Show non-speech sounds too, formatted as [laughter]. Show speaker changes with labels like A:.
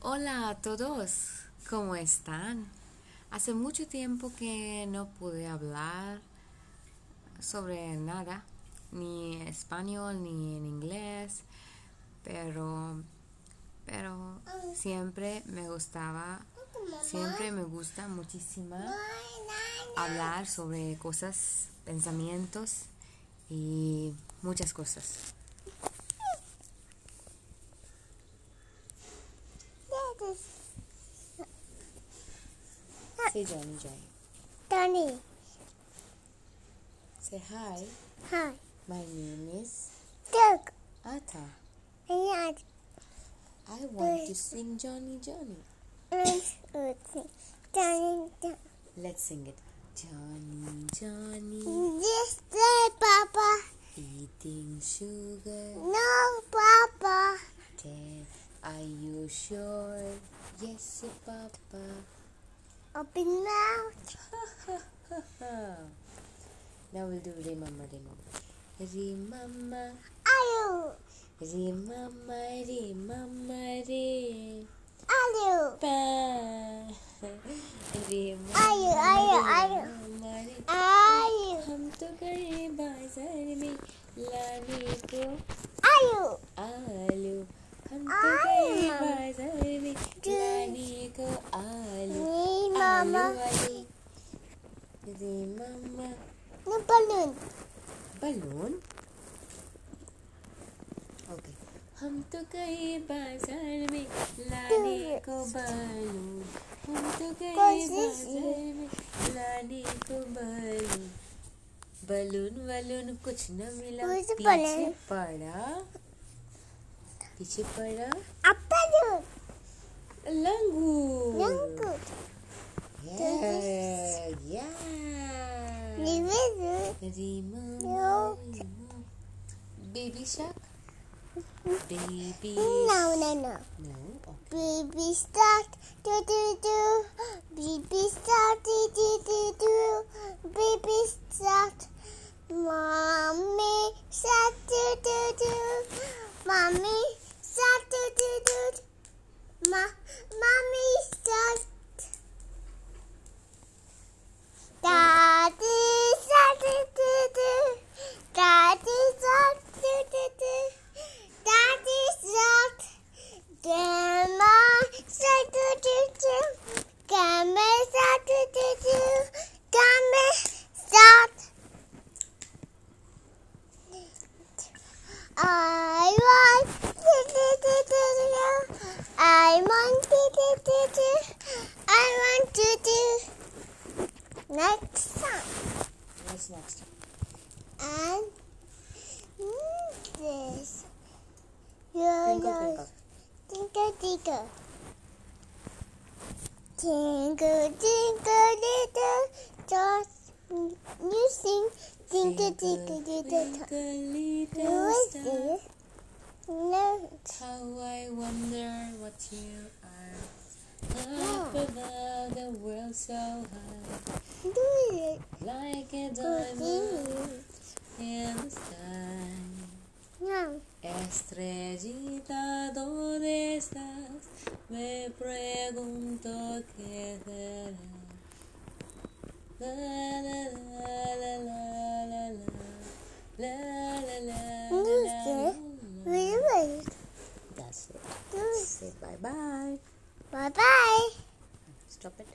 A: Hola a todos, ¿cómo están? Hace mucho tiempo que no pude hablar sobre nada, ni español ni en inglés, pero, pero siempre me gustaba, siempre me gusta muchísimo hablar sobre cosas, pensamientos y muchas cosas. Say Johnny Johnny.
B: Danny,
A: Say hi,
B: hi,
A: my name is
B: Doug,
A: Ata.
B: and
A: I want to sing Johnny Johnny.
B: Dad, Danny, Danny.
A: Let's sing it. Johnny, Johnny,
B: This day, Papa.
A: eating sugar.
B: No, Papa.
A: Ted, are you sure? Yes, Papa. [laughs]
B: Open mouth.
A: now we'll do Remember, Remember. Remember,
B: Ayo,
A: Remember, Remember, [laughs] Remember.
B: ayo,
A: Remember,
B: ayo, ayo, ayo,
A: Remember.
B: ayo,
A: हम तो गए बाजार में लाने को
B: ayo.
A: आलू हम तो गए
B: आलू।
A: बाजार में लाने को आलू आलू
B: Me, Mama.
A: आलू रे मामा
B: No balloon.
A: बलून ओके तो हम तो गए बाजार में लाने को बलून हम तो गए
B: कोशिश
A: बाजार में लाने को बलून बलून वलून कुछ न मिला
B: कुछ
A: पीछे
B: बलून।
A: पड़ा पीछे पड़ा
B: A balloon.
A: Langur
B: Lango.
A: Yeah, yeah.
B: Liver.
A: Remo,
B: No.
A: Remo. Baby shark. Baby.
B: No, no, no.
A: No. Oh, Okay.
B: Baby start do do do. Baby start do do do do. Baby start. Mommy start do do do. Mommy start do do do. Ma, mommy start. Daddy start do do do. Daddy start do do do. Daddy start. Grandma said do do do. Grandma said do do do. Grandma said. I want do do do do do. I want do do do do. I want to do. Next song.
A: What's next?
B: And this.
A: Twinkle, twinkle.
B: Tinker, tinker. Tinker, tinker, little just you sing tinker, tinker, little toy.
A: twinkle, little
B: Who is
A: star.
B: this? No.
A: How I wonder what you are. Up
B: Wow.
A: above the world so high,
B: Do it.
A: like a diamond
B: Cookie.
A: in the sky.
B: No.
A: Estrellita, ¿dónde estás? Me pregunto qué será. La la la la la la la la la la
B: Who's
A: la,
B: there?
A: la, la.
B: Really?
A: That's it.
B: Do it.
A: Say bye bye.
B: Bye bye.